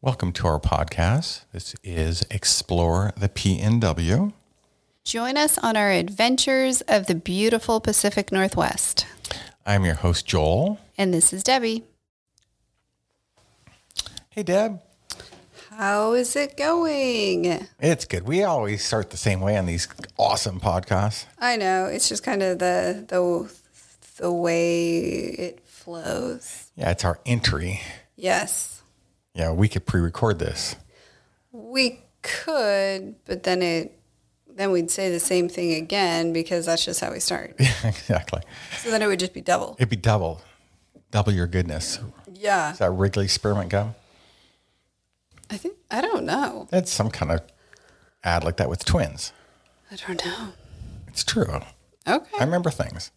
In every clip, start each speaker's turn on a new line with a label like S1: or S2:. S1: Welcome to our podcast. This is Explore the PNW.
S2: Join us on our adventures of the beautiful Pacific Northwest.
S1: I'm your host, Joel.
S2: And this is Debbie.
S1: Hey, Deb.
S2: How is it going?
S1: It's good. We always start the same way on these awesome podcasts.
S2: I know it's just kind of the the the way it flows.
S1: Yeah, it's our entry.
S2: Yes,
S1: Yeah, we could pre record this.
S2: we could, but then it then we'd say the same thing again because that's just how we start.
S1: exactly.
S2: so then it would just be double.
S1: It'd be double, double your goodness.
S2: Yeah,
S1: Is that Wrigley spearmint gum?
S2: I think I don't know.
S1: That's some kind of ad like that with twins.
S2: I don't know.
S1: It's true.
S2: Okay,
S1: I remember things.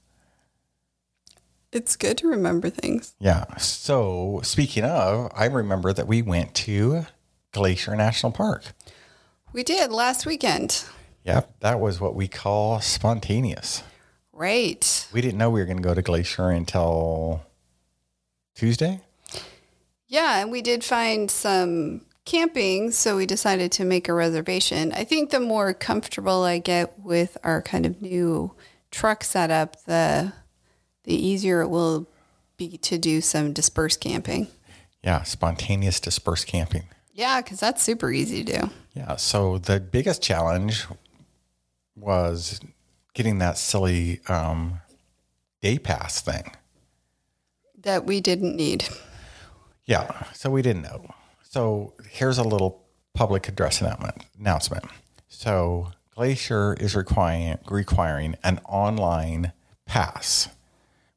S2: it's good to remember things.
S1: Yeah. So speaking of, I remember that we went to Glacier National Park.
S2: We did last weekend.
S1: Yep. That was what we call spontaneous.
S2: Right.
S1: We didn't know we were going to go to Glacier until Tuesday.
S2: Yeah, and we did find some camping, so we decided to make a reservation. I think the more comfortable I get with our kind of new truck setup, the the easier it will be to do some dispersed camping.
S1: Yeah. Spontaneous dispersed camping.
S2: Yeah, because that's super easy to do.
S1: Yeah. So the biggest challenge was getting that silly um, day pass thing.
S2: That we didn't need.
S1: Yeah. So we didn't know. So here's a little public address announcement. Announcement. So Glacier is requiring requiring an online pass,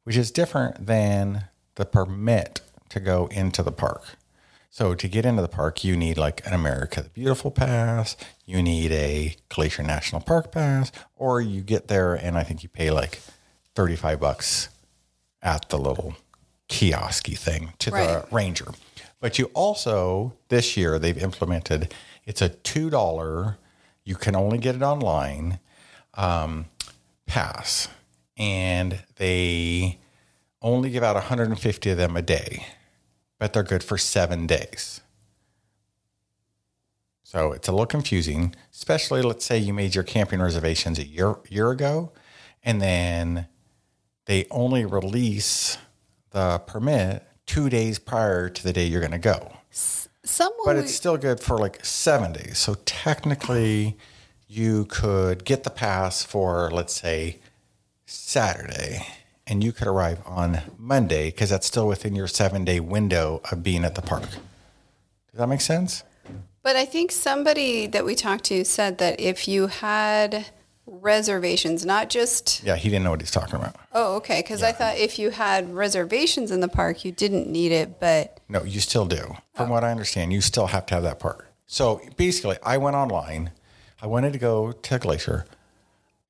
S1: which is different than the permit to go into the park. So to get into the park, you need like an America the Beautiful pass, you need a Glacier National Park pass, or you get there and I think you pay like 35 bucks at the little kiosky thing to
S2: Right.
S1: the ranger. But you also this year they've implemented it's a two dollar. You can only get it online um, pass, and they only give out 150 of them a day, but they're good for seven days. So it's a little confusing, especially let's say you made your camping reservations a year year ago, and then they only release the permit two days prior to the day you're going to go.
S2: Someone
S1: But
S2: we-
S1: it's still good for like seven days. So technically, you could get the pass for, let's say, Saturday, and you could arrive on Monday because that's still within your seven day window of being at the park. Does that make sense?
S2: But I think somebody that we talked to said that if you had reservations, not just
S1: Yeah, he didn't know what he's talking about.
S2: Oh, okay. Because I thought if you had reservations in the park, you didn't need it. But
S1: No, you still do. From what I understand, you still have to have that part. So basically, I went online. I wanted to go to Glacier.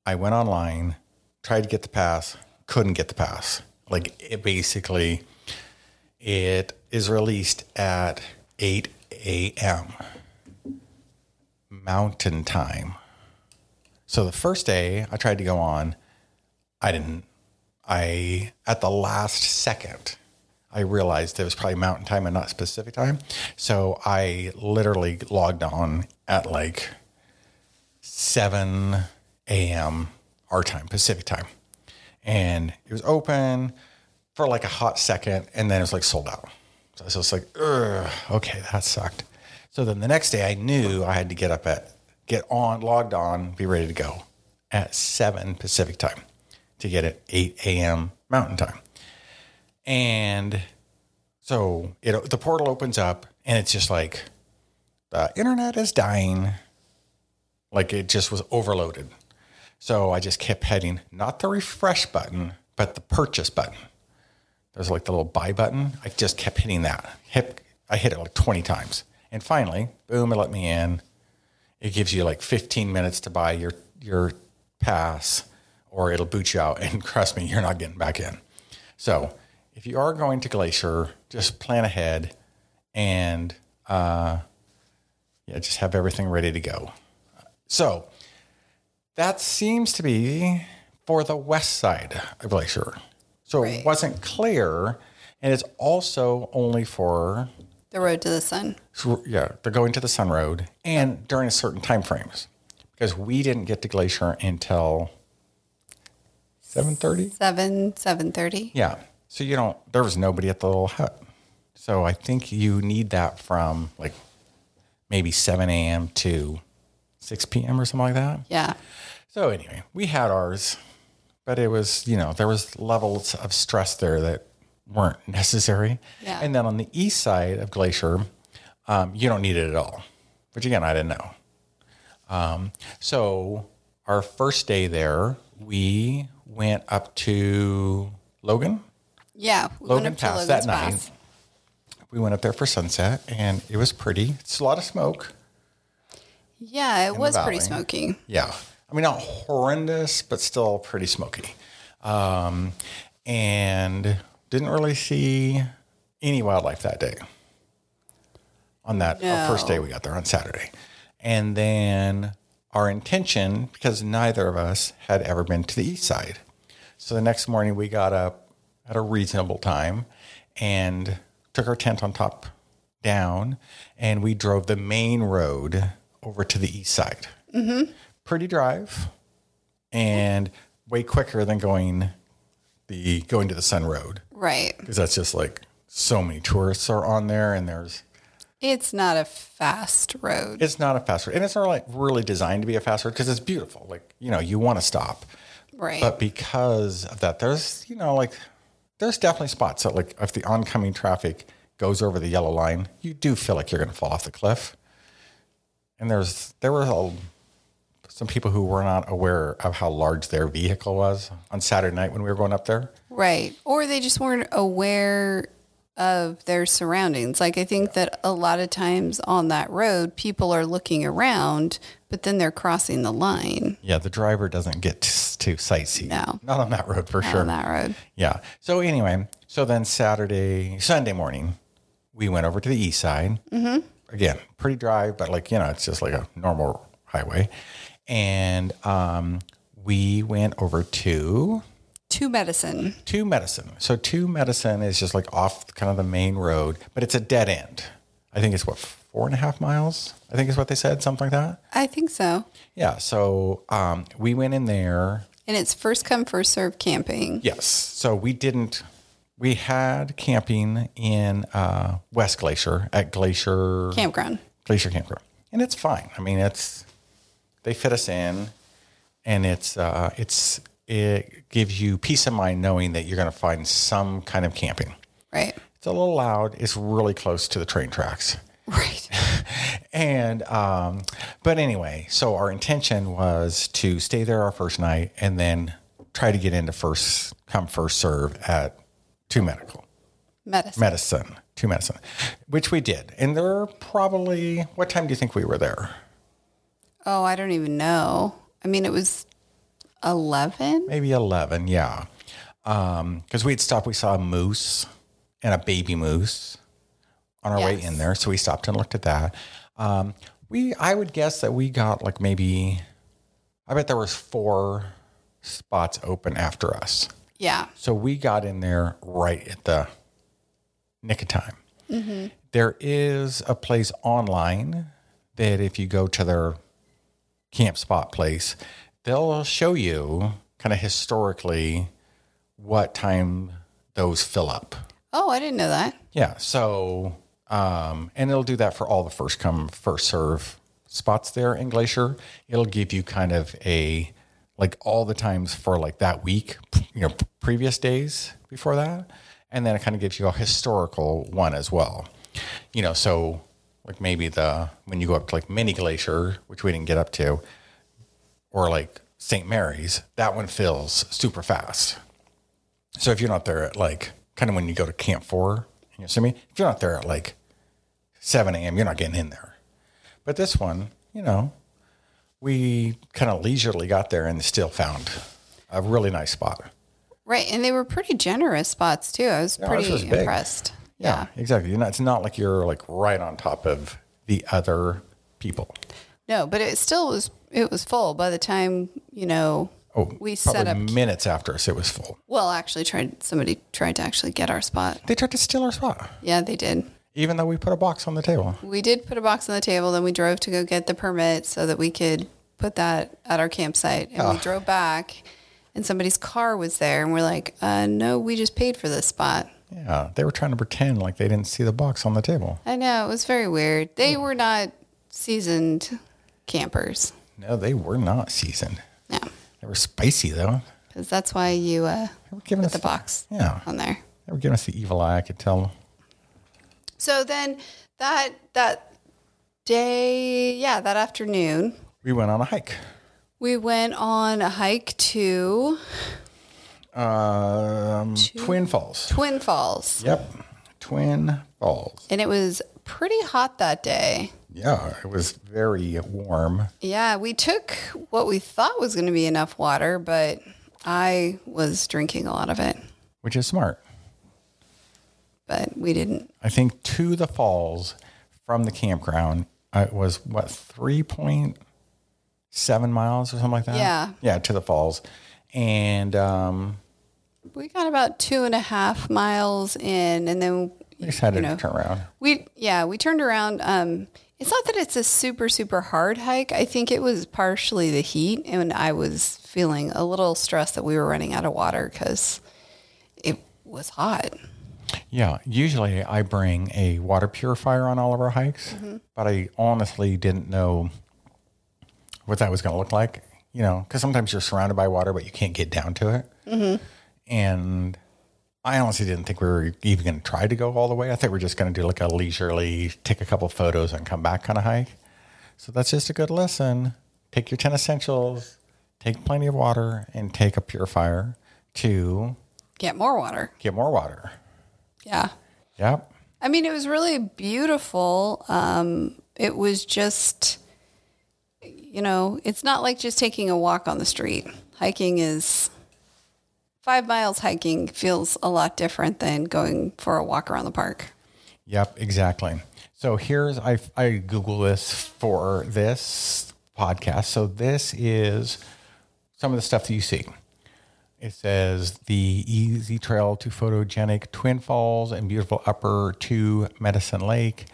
S1: I went online, tried to get the pass, couldn't get the pass. Like it basically, it is released at 8 a.m. Mountain time. So the first day I tried to go on, I didn't. I at the last second, I realized it was probably mountain time and not specific time. So I literally logged on at like seven a.m. our time, Pacific time, and it was open for like a hot second, and then it was like sold out. So I was just like, Ugh, okay, that sucked. So then the next day, I knew I had to get up at, get on, logged on, be ready to go at seven Pacific time to get at eight a.m. Mountain time, and so it the portal opens up, and it's just like the internet is dying, like it just was overloaded. So I just kept hitting not the refresh button, but the purchase button there's like the little buy button. I just kept hitting that. Hip, I hit it like 20 times. And finally, boom, it let me in. It gives you like 15 minutes to buy your your pass or it'll boot you out. And trust me, you're not getting back in. So if you are going to Glacier, just plan ahead and uh, yeah, just have everything ready to go. So that seems to be for the west side of Glacier. So it wasn't clear. And it's also only for
S2: The road to the sun.
S1: So, yeah, they're going to the Sun Road and during certain time frames because we didn't get to Glacier until 7:30.
S2: Seven, seven thirty.
S1: Yeah. So you don't there was nobody at the little hut. So I think you need that from like maybe 7 a.m. to 6 p.m. or something like that.
S2: Yeah.
S1: So anyway, we had ours, but it was, you know, there was levels of stress there that weren't necessary.
S2: Yeah.
S1: And then on the east side of Glacier, um, you don't need it at all. Which again, I didn't know. Um, so our first day there, we went up to Logan.
S2: Yeah. We
S1: Logan
S2: up to
S1: Pass that
S2: Logan's
S1: night. We went up there for sunset and it was pretty. It's a lot of smoke.
S2: Yeah, it was pretty
S1: valley.
S2: smoky.
S1: Yeah. I mean, not horrendous, but still pretty smoky. Um, and didn't really see any wildlife that day on that our first
S2: No.
S1: day we got there on Saturday. And then our intention, because neither of us had ever been to the east side. So the next morning we got up at a reasonable time and took our tent on top down and we drove the main road over to the east side. Pretty drive and way quicker than going the going to the Sun Road
S2: Right.
S1: because that's just like so many tourists are on there and there's
S2: It's not a fast road.
S1: it's not a fast road and it's not like really designed to be a fast road because it's beautiful like you know you want to stop
S2: right.
S1: but because of that there's you know like there's definitely spots that like if the oncoming traffic goes over the yellow line you do feel like you're going to fall off the cliff and there's there were a, some people who were not aware of how large their vehicle was on saturday night when we were going up there
S2: Right. Or they just weren't aware of their surroundings. Like I think that a lot of times on that road, people are looking around, but then they're crossing the line
S1: yeah the driver doesn't get to, to sightsee
S2: No.
S1: not on that road for sure
S2: on that road.
S1: Yeah. So anyway, so then Saturday, Sunday morning, we went over to the east side. Mm-hmm. Again, pretty dry, but like you know, it's just like a normal highway. And um, we went over to
S2: To medicine.
S1: Two Medicine. So Two Medicine is just like off kind of the main road, but it's a dead end. I think it's what four and a half miles. I think is what they said, something like that.
S2: I think so.
S1: Yeah. So um, we went in there.
S2: And it's first come, first serve camping.
S1: Yes. So we didn't. We had camping in uh, West Glacier at Glacier
S2: Campground.
S1: Glacier Campground, and it's fine. I mean, it's they fit us in, and it's uh, it's it gives you peace of mind knowing that you're going to find some kind of camping.
S2: Right.
S1: It's a little loud. It's really close to the train tracks
S2: Right.
S1: and um, but anyway, so our intention was to stay there our first night and then try to get into first come first serve at two medical
S2: Medicine.
S1: medicine two medicine, which we did. And there were probably what time do you think we were there?
S2: oh, I don't even know. I mean, it was 11.
S1: Maybe eleven, yeah. Because we'd stopped, we saw a moose and a baby moose on our way
S2: Yes.
S1: in there, so we stopped and looked at that. Um, we, I would guess that we got like maybe, I bet there was four spots open after us,
S2: Yeah.
S1: so we got in there right at the nick of time. There is a place online that if you go to their camp spot place, they'll show you kind of historically what time those fill up.
S2: Oh, I didn't know that.
S1: Yeah. So, um, and it'll do that for all the first come, first serve spots there in Glacier. It'll give you kind of a like all the times for like that week, you know, previous days before that. And then it kind of gives you a historical one as well. You know, so like maybe the when you go up to like Mini Glacier, which we didn't get up to, or like St. Mary's, that one fills super fast. So if you're not there at like kind of when you go to Camp Four in Yosemite, if you're not there at like 7 a.m., you're not getting in there. But this one, you know, we kind of leisurely got there and still found a really nice spot.
S2: Right. And they were pretty generous spots too. I was
S1: ours
S2: pretty
S1: was big.
S2: impressed.
S1: Yeah, exactly. You're not, it's not like you're like right on top of the other people.
S2: No, but it still was it was full by the time, you know,
S1: Oh, probably
S2: we set up
S1: minutes after us, it was full.
S2: well, actually tried somebody tried to actually get our spot.
S1: They tried to steal our spot.
S2: Yeah, they did.
S1: even though we put a box on the table.
S2: We did put a box on the table, then we drove to go get the permit so that we could put that at our campsite. And
S1: Ah.
S2: we drove back, and somebody's car was there, and we're like, uh, no, we just paid for this spot.
S1: Yeah, they were trying to pretend like they didn't see the box on the table.
S2: I know, it was very weird. They were not seasoned campers.
S1: No, they were not seasoned.
S2: No,
S1: They were spicy though.
S2: because that's why you uh,
S1: They were giving
S2: put
S1: us
S2: the box
S1: Yeah,
S2: on there.
S1: they were giving us the evil eye. I could tell.
S2: So then that that day, yeah, that afternoon,
S1: We went on a hike.
S2: we went on a hike to
S1: Um, Twin Falls.
S2: Twin Falls.
S1: Yep, Twin Falls.
S2: And it was pretty hot that day.
S1: Yeah, it was very warm.
S2: Yeah, we took what we thought was going to be enough water, but I was drinking a lot of it,
S1: which is smart.
S2: but we didn't.
S1: I think to the falls from the campground, uh, it was what 3.7 miles or something like that.
S2: Yeah.
S1: Yeah, to the falls. And um,
S2: We got about two and a half miles in, and then
S1: we just had to
S2: You know.
S1: turn around.
S2: we, yeah, we turned around. Um, it's not that it's a super, super hard hike. I think it was partially the heat, and I was feeling a little stressed that we were running out of water because it was hot.
S1: Yeah. Usually I bring a water purifier on all of our hikes, but I honestly didn't know what that was going to look like, you know, because sometimes you're surrounded by water, but you can't get down to it. And I honestly didn't think we were even going to try to go all the way. I think we're just going to do like a leisurely, take a couple photos and come back kind of hike. So that's just a good lesson. Take your 10 essentials, take plenty of water, and take a purifier to
S2: Get more water.
S1: get more water.
S2: Yeah.
S1: Yep.
S2: I mean, it was really beautiful. Um, it was just, you know, it's not like just taking a walk on the street. Hiking is five miles hiking feels a lot different than going for a walk around the park.
S1: Yep, exactly. So here's I I Google this for this podcast. So this is some of the stuff that you see. It says the easy trail to photogenic Twin Falls and beautiful upper to Medicine Lake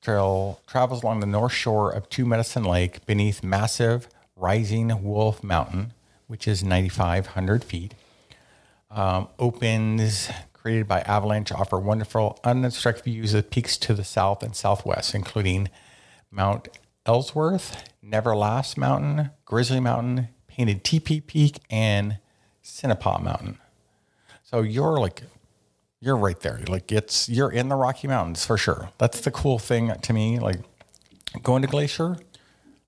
S1: trail travels along the north shore of Two Medicine Lake beneath massive rising Wolf Mountain, which is 9,500 feet opens Um, created by Avalanche offer wonderful unobstructed views of peaks to the south and southwest, including Mount Ellsworth, Neverlast Mountain, Grizzly Mountain, Painted Teepee Peak, and Cinnapaw Mountain. So you're like, you're right there. Like it's you're in the Rocky Mountains for sure. That's the cool thing to me. Like going to Glacier,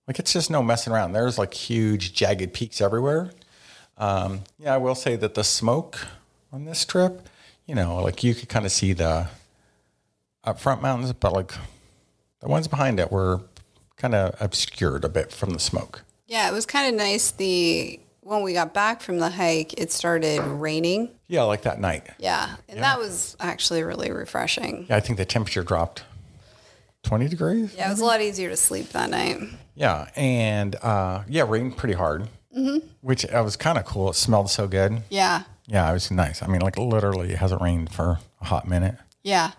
S1: like it's just no messing around. There's like huge jagged peaks everywhere. Um, yeah, I will say that the smoke on this trip, you know, like you could kind of see the up front mountains, but like the ones behind it were kind of obscured a bit from the smoke.
S2: Yeah, it was kind of nice. The when we got back from the hike, it started raining.
S1: Yeah, like that night.
S2: Yeah, and that was actually really refreshing.
S1: Yeah, I think the temperature dropped 20 degrees.
S2: Yeah, it was a lot easier to sleep that night.
S1: Yeah, and uh, yeah, rained pretty hard, which I was kind of cool. It smelled so good.
S2: Yeah,
S1: Yeah, it was nice. I mean, like literally, it hasn't rained for a hot minute.
S2: yeah,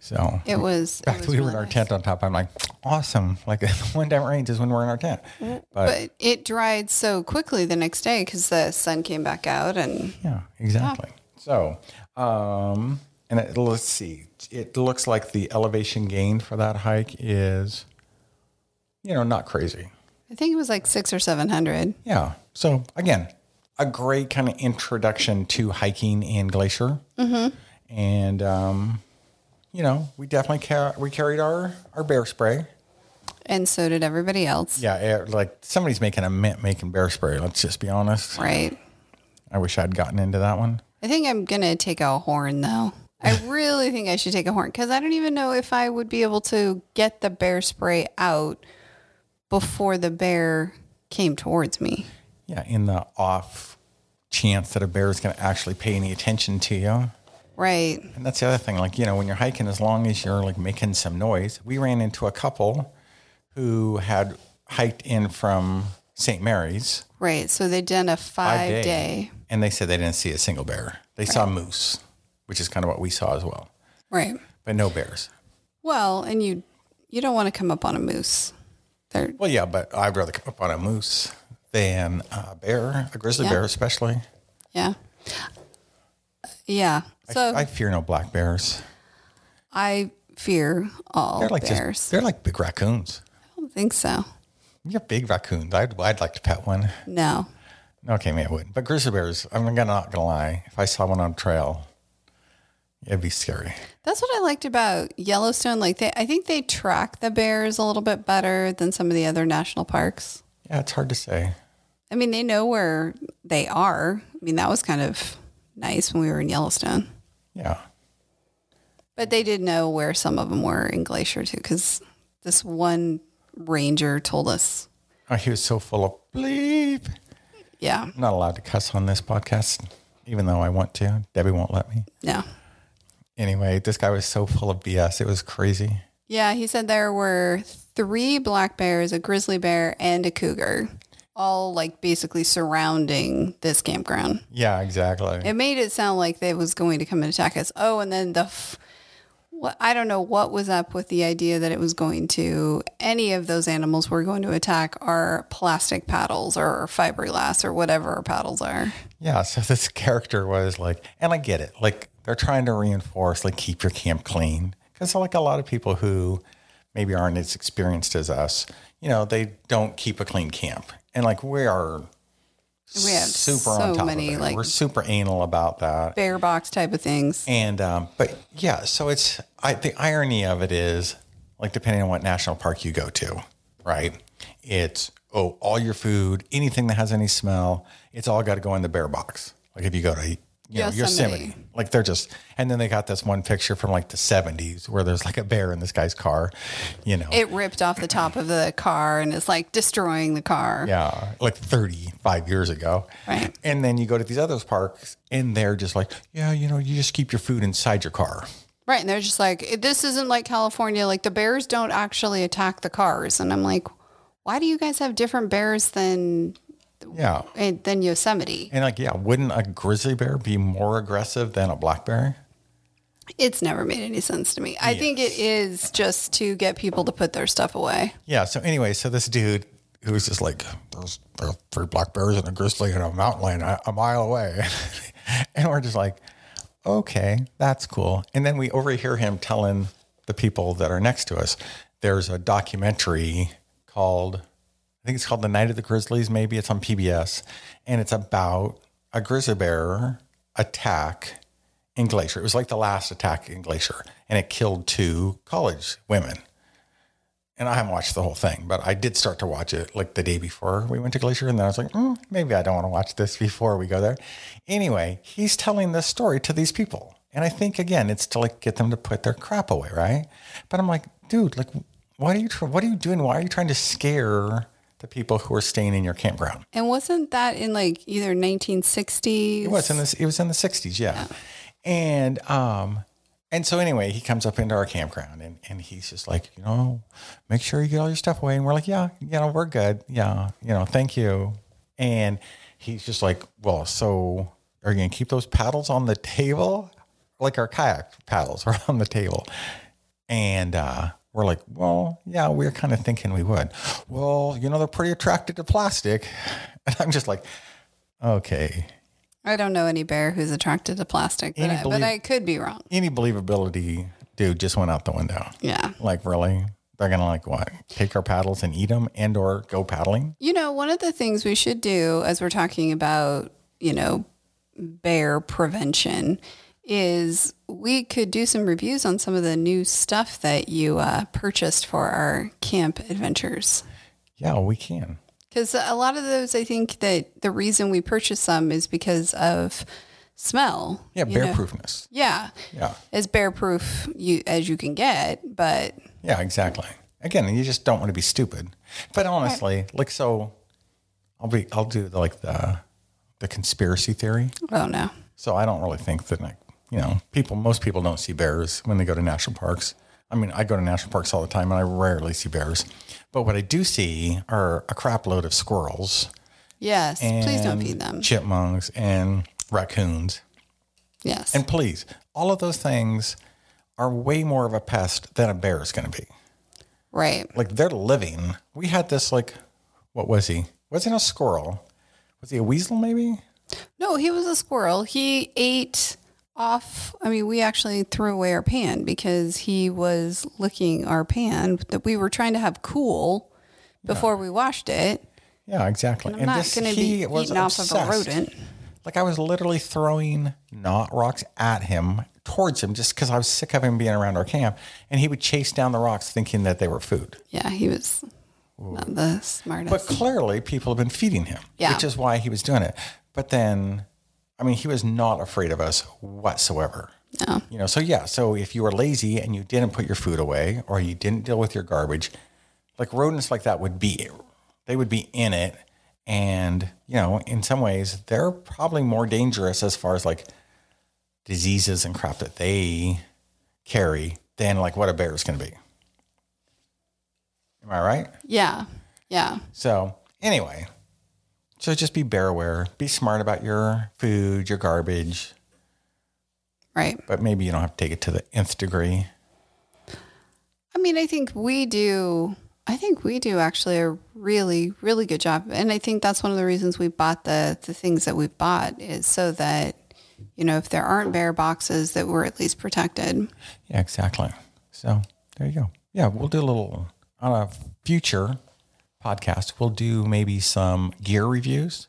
S1: So
S2: it was.
S1: In fact, we were in our tent on top. I'm like, awesome. Like the one time it rains is when we're in our tent. But
S2: But it dried so quickly the next day because the sun came back out, and
S1: yeah, exactly. So, um, and it, let's see. It looks like the elevation gain for that hike is, you know, not crazy.
S2: I think it was like six or seven hundred.
S1: Yeah. So again, a great kind of introduction to hiking in Glacier.
S2: Mm-hmm.
S1: And, um, you know, we definitely car- we carried our, our bear spray.
S2: And so did everybody else.
S1: Yeah, it, like somebody's making a mint making bear spray. Let's just be honest.
S2: Right.
S1: I wish I'd gotten into that one.
S2: I think I'm going to take a horn, though. I really think I should take a horn because I don't even know if I would be able to get the bear spray out before the bear came towards me.
S1: Yeah, in the off chance that a bear is going to actually pay any attention to you.
S2: Right.
S1: And that's the other thing. Like, you know, when you're hiking, as long as you're like making some noise, we ran into a couple who had hiked in from St. Mary's
S2: Right. So they done a five
S1: day,
S2: day.
S1: and they said they didn't see a single bear. They saw moose, which is kind of what we saw as well,
S2: Right.
S1: but no bears.
S2: Well, and you you don't want to come up on a moose. They're
S1: Well, yeah, but I'd rather come up on a moose than a bear, a grizzly
S2: Yeah.
S1: bear, especially.
S2: yeah. Yeah. So
S1: I
S2: I,
S1: fear no black bears.
S2: fear all
S1: They're like just-
S2: bears.
S1: they're like big raccoons.
S2: I don't think so.
S1: Yeah, big raccoons. I'd, I'd like to pet one.
S2: No.
S1: Okay, maybe I wouldn't. But grizzly bears, I'm gonna, not going to lie. If I saw one on trail, it'd be scary.
S2: That's what I liked about Yellowstone. Like they I think they track the bears a little bit better than some of the other national parks.
S1: Yeah, it's hard to say.
S2: I mean, they know where they are. I mean, that was kind of nice when we were in Yellowstone.
S1: Yeah.
S2: But they did know where some of them were in Glacier too, because this one ranger told us.
S1: Oh, he was so full of bleep.
S2: Yeah,
S1: I'm not allowed to cuss on this podcast, even though I want to. Debbie won't let me.
S2: no.
S1: Anyway, this guy was so full of BS. It was crazy.
S2: Yeah, he said there were three black bears, a grizzly bear, and a cougar, all like basically surrounding this campground.
S1: Yeah, exactly.
S2: It made it sound like they was going to come and attack us. Oh, and then the f- what I don't know what was up with the idea that it was going to any of those animals were going to attack our plastic paddles or fiberglass or whatever our paddles are.
S1: Yeah, so this character was like, and I get it. Like they're trying to reinforce, like keep your camp clean, because like a lot of people who maybe aren't as experienced as us, you know, they don't keep a clean camp, and like we are
S2: We have
S1: super
S2: so
S1: on top
S2: many,
S1: of it.
S2: like-
S1: We're super anal about that,
S2: Bear box type of things.
S1: and um, but yeah, so it's I the irony of it is like depending on what national park you go to, right? It's oh all your food, anything that has any smell, it's all got to go in the bear box. Like if you go to you know,
S2: Yosemite.
S1: Yosemite. like they're just and then they got this one picture from like the 70s where there's like a bear in this guy's car, you know.
S2: It ripped off the top of the car and it's like destroying the car.
S1: yeah, like 35 years ago.
S2: Right.
S1: And then you go to these other parks and they're just like, yeah, you know, you just keep your food inside your car.
S2: Right. And they're just like, this isn't like California. Like the bears don't actually attack the cars. And I'm like, why do you guys have different bears than
S1: Yeah.
S2: eh, than Yosemite?
S1: And like, yeah, wouldn't a grizzly bear be more aggressive than a black bear?
S2: It's never made any sense to me. I think it is just to get people to put their stuff away.
S1: Yeah. So anyway, so this dude who was just like, there's, there are three black bears and a grizzly in a mountain lion a, a mile away. and we're just like, okay, that's cool. And then we overhear him telling the people that are next to us, there's a documentary called, I think it's called The Night of the Grizzlies. Maybe it's on PBS. And it's about a grizzly bear attack in Glacier. It was like the last attack in Glacier and it killed two college women and I haven't watched the whole thing, but I did start to watch it like the day before we went to Glacier. And then I was like, mm, maybe I don't want to watch this before we go there. Anyway, he's telling this story to these people. And I think, again, it's to like get them to put their crap away, right? But I'm like, dude, like, what are you, tr- what are you doing? Why are you trying to scare the people who are staying in your campground?
S2: And wasn't that in like either 1960s?
S1: It was in this. It was in the sixties, yeah. And um, and so anyway, he comes up into our campground and and he's just like, you know, make sure you get all your stuff away. And we're like, yeah, you know, we're good. Yeah, you know, thank you. And he's just like, well, so are you gonna keep those paddles on the table? Like our kayak paddles are on the table. And uh, we're like, well, yeah, we were kind of thinking we would. Well, you know, they're pretty attracted to plastic. And I'm just like, okay,
S2: I don't know any bear who's attracted to plastic, but,
S1: Any
S2: I, but
S1: believe-
S2: I could be wrong.
S1: any believability, dude, just went out the window.
S2: Yeah.
S1: Like, really? They're gonna like what? Take our paddles and eat them, and or go paddling?
S2: You know, one of the things we should do as we're talking about, you know, bear prevention is we could do some reviews on some of the new stuff that you uh, purchased for our camp adventures.
S1: Yeah, we can.
S2: Because a lot of those, I think that the reason we purchased some is because of smell.
S1: Yeah,
S2: you
S1: bear
S2: know?
S1: proofness.
S2: Yeah,
S1: Yeah,
S2: as bear proof you as you can get, but
S1: yeah, exactly. Again, you just don't want to be stupid. But honestly, like, so I'll be, I'll do the, like the the conspiracy theory.
S2: oh no,
S1: So I don't really think that like you know people. Most people don't see bears when they go to national parks. I mean, I go to national parks all the time, and I rarely see bears. But what I do see are a crap load of squirrels.
S2: yes, please don't
S1: and
S2: feed them.
S1: Chipmunks and raccoons.
S2: Yes,
S1: And please, all of those things are way more of a pest than a bear is going to be.
S2: Right.
S1: Like they're living. We had this like, what was he? Wasn't a squirrel? Was he a weasel? Maybe.
S2: No, he was a squirrel. He ate off. I mean, we actually threw away our pan because he was licking our pan that we were trying to have cool before we washed it.
S1: Yeah, exactly.
S2: I'm not going to be eaten off of a rodent.
S1: Like I was literally throwing not rocks at him, towards him, just because I was sick of him being around our camp, and he would chase down the rocks thinking that they were food.
S2: Yeah, he was not the smartest.
S1: But clearly, people have been feeding him,
S2: Yeah.
S1: which is why he was doing it. But then, I mean, he was not afraid of us whatsoever.
S2: No.
S1: You know, so yeah, so if you were lazy and you didn't put your food away or you didn't deal with your garbage, like rodents like that would be, they would be in it. And, you know, in some ways, they're probably more dangerous as far as like diseases and crap that they carry than like what a bear is going to be. Am I right?
S2: yeah. Yeah.
S1: So anyway, so just be bear aware, be smart about your food, your garbage,
S2: Right.
S1: but maybe you don't have to take it to the nth degree.
S2: I mean, I think we do. I think we do actually a really, really good job, and I think that's one of the reasons we bought the the things that we bought is so that you know if there aren't bear boxes that we're at least protected.
S1: Yeah, exactly. So there you go. Yeah, we'll do a little on a future podcast. We'll do maybe some gear reviews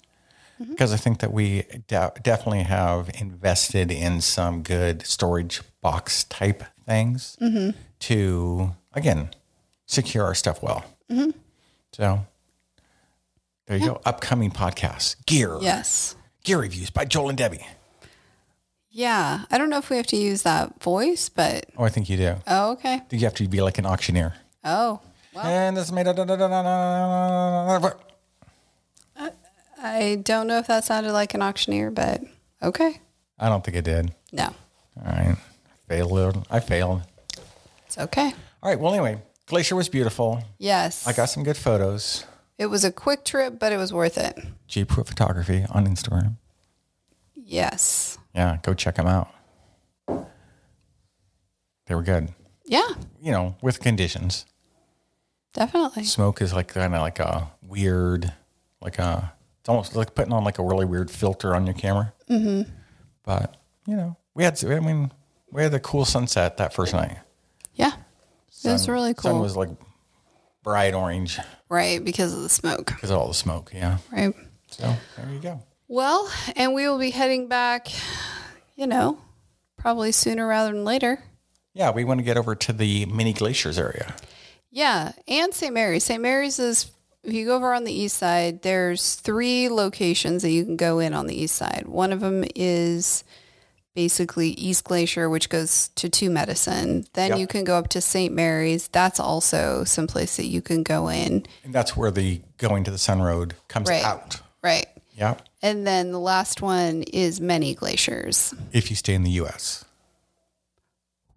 S1: because I think that we de- definitely have invested in some good storage box type things to again secure our stuff well. So there you go. Upcoming podcasts, gear,
S2: Yes.
S1: gear reviews by Joel and Debbie.
S2: Yeah. I don't know if we have to use that voice, but
S1: Oh, I think you do.
S2: oh, okay.
S1: You have to be like an auctioneer.
S2: Oh, well,
S1: And this made a.
S2: I don't know if that sounded like an auctioneer, but okay.
S1: I don't think it did.
S2: No,
S1: All right. Failed. I failed.
S2: it's okay.
S1: All right. Well, anyway, Glacier was beautiful.
S2: Yes.
S1: I got some good photos.
S2: it was a quick trip, but it was worth it.
S1: G Pruitt Photography on Instagram.
S2: Yes.
S1: Yeah. Go check them out. They were good.
S2: Yeah,
S1: You know, with conditions.
S2: definitely.
S1: Smoke is like kind of like a weird, like a, it's almost like putting on like a really weird filter on your camera. Mm-hmm. But, you know, we had, I mean, we had the cool sunset that first night.
S2: Yeah. it was
S1: sun-
S2: really
S1: Sun
S2: cool.
S1: was like bright orange
S2: right, because of the smoke.
S1: because of all the smoke. Yeah.
S2: Right.
S1: So there you go.
S2: Well, and we will be heading back, you know, probably sooner rather than later.
S1: Yeah, we want to get over to the mini glaciers area.
S2: Yeah, and St. Mary's. St. Mary's is if you go over on the east side, there's three locations that you can go in on the east side. One of them is basically East Glacier, which goes to Two Medicine. Then
S1: Yep.
S2: you can go up to St. Mary's. That's also someplace that you can go in.
S1: And that's where the going to the sun road comes
S2: Right.
S1: out.
S2: Right.
S1: Yeah.
S2: And then the last one is Many Glaciers.
S1: If you stay in the US.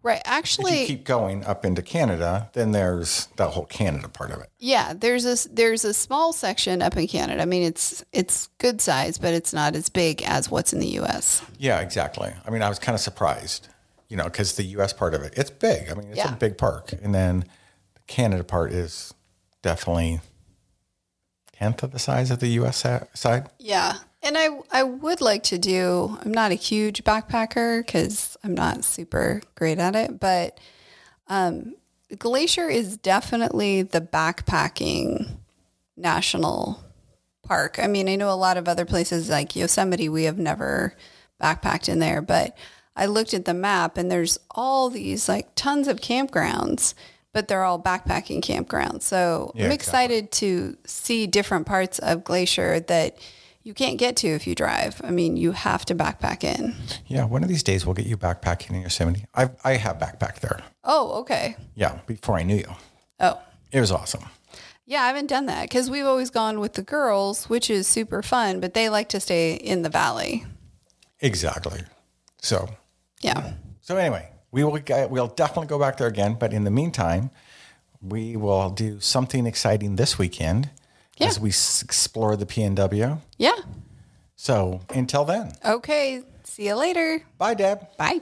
S2: Right.
S1: If you
S2: Actually,
S1: keep going up into Canada, then there's that whole Canada part of it.
S2: yeah, there's a there's a small section up in Canada. I mean, it's it's good size, but it's not as big as what's in the US.
S1: Yeah, exactly. I mean, I was kind of surprised, you know, because the US part of it, it's big. I mean, it's
S2: Yeah.
S1: a big park. And then the Canada part is definitely tenth of the size of the US sa- side.
S2: Yeah. And I I would like to do I'm not a huge backpacker cuz I'm not super great at it, but um Glacier is definitely the backpacking national park. I mean, I know a lot of other places like Yosemite we have never backpacked in there, but I looked at the map and there's all these like tons of campgrounds, but they're all backpacking campgrounds. So I'm
S1: Yeah,
S2: excited to see different parts of Glacier that you can't get to if you drive. I mean, you have to backpack in.
S1: Yeah, one of these days we'll get you backpacking in Yosemite. I I have backpacked there.
S2: Oh, okay.
S1: Yeah, before I knew you,
S2: Oh.
S1: it was awesome.
S2: Yeah, I haven't done that because we've always gone with the girls, which is super fun, but they like to stay in the valley.
S1: Exactly. So
S2: Yeah.
S1: so anyway, we will get- we'll definitely go back there again. But in the meantime, we will do something exciting this weekend
S2: Yeah.
S1: as we s- explore the PNW.
S2: Yeah.
S1: So until then,
S2: Okay. See you later.
S1: bye, Deb.
S2: Bye.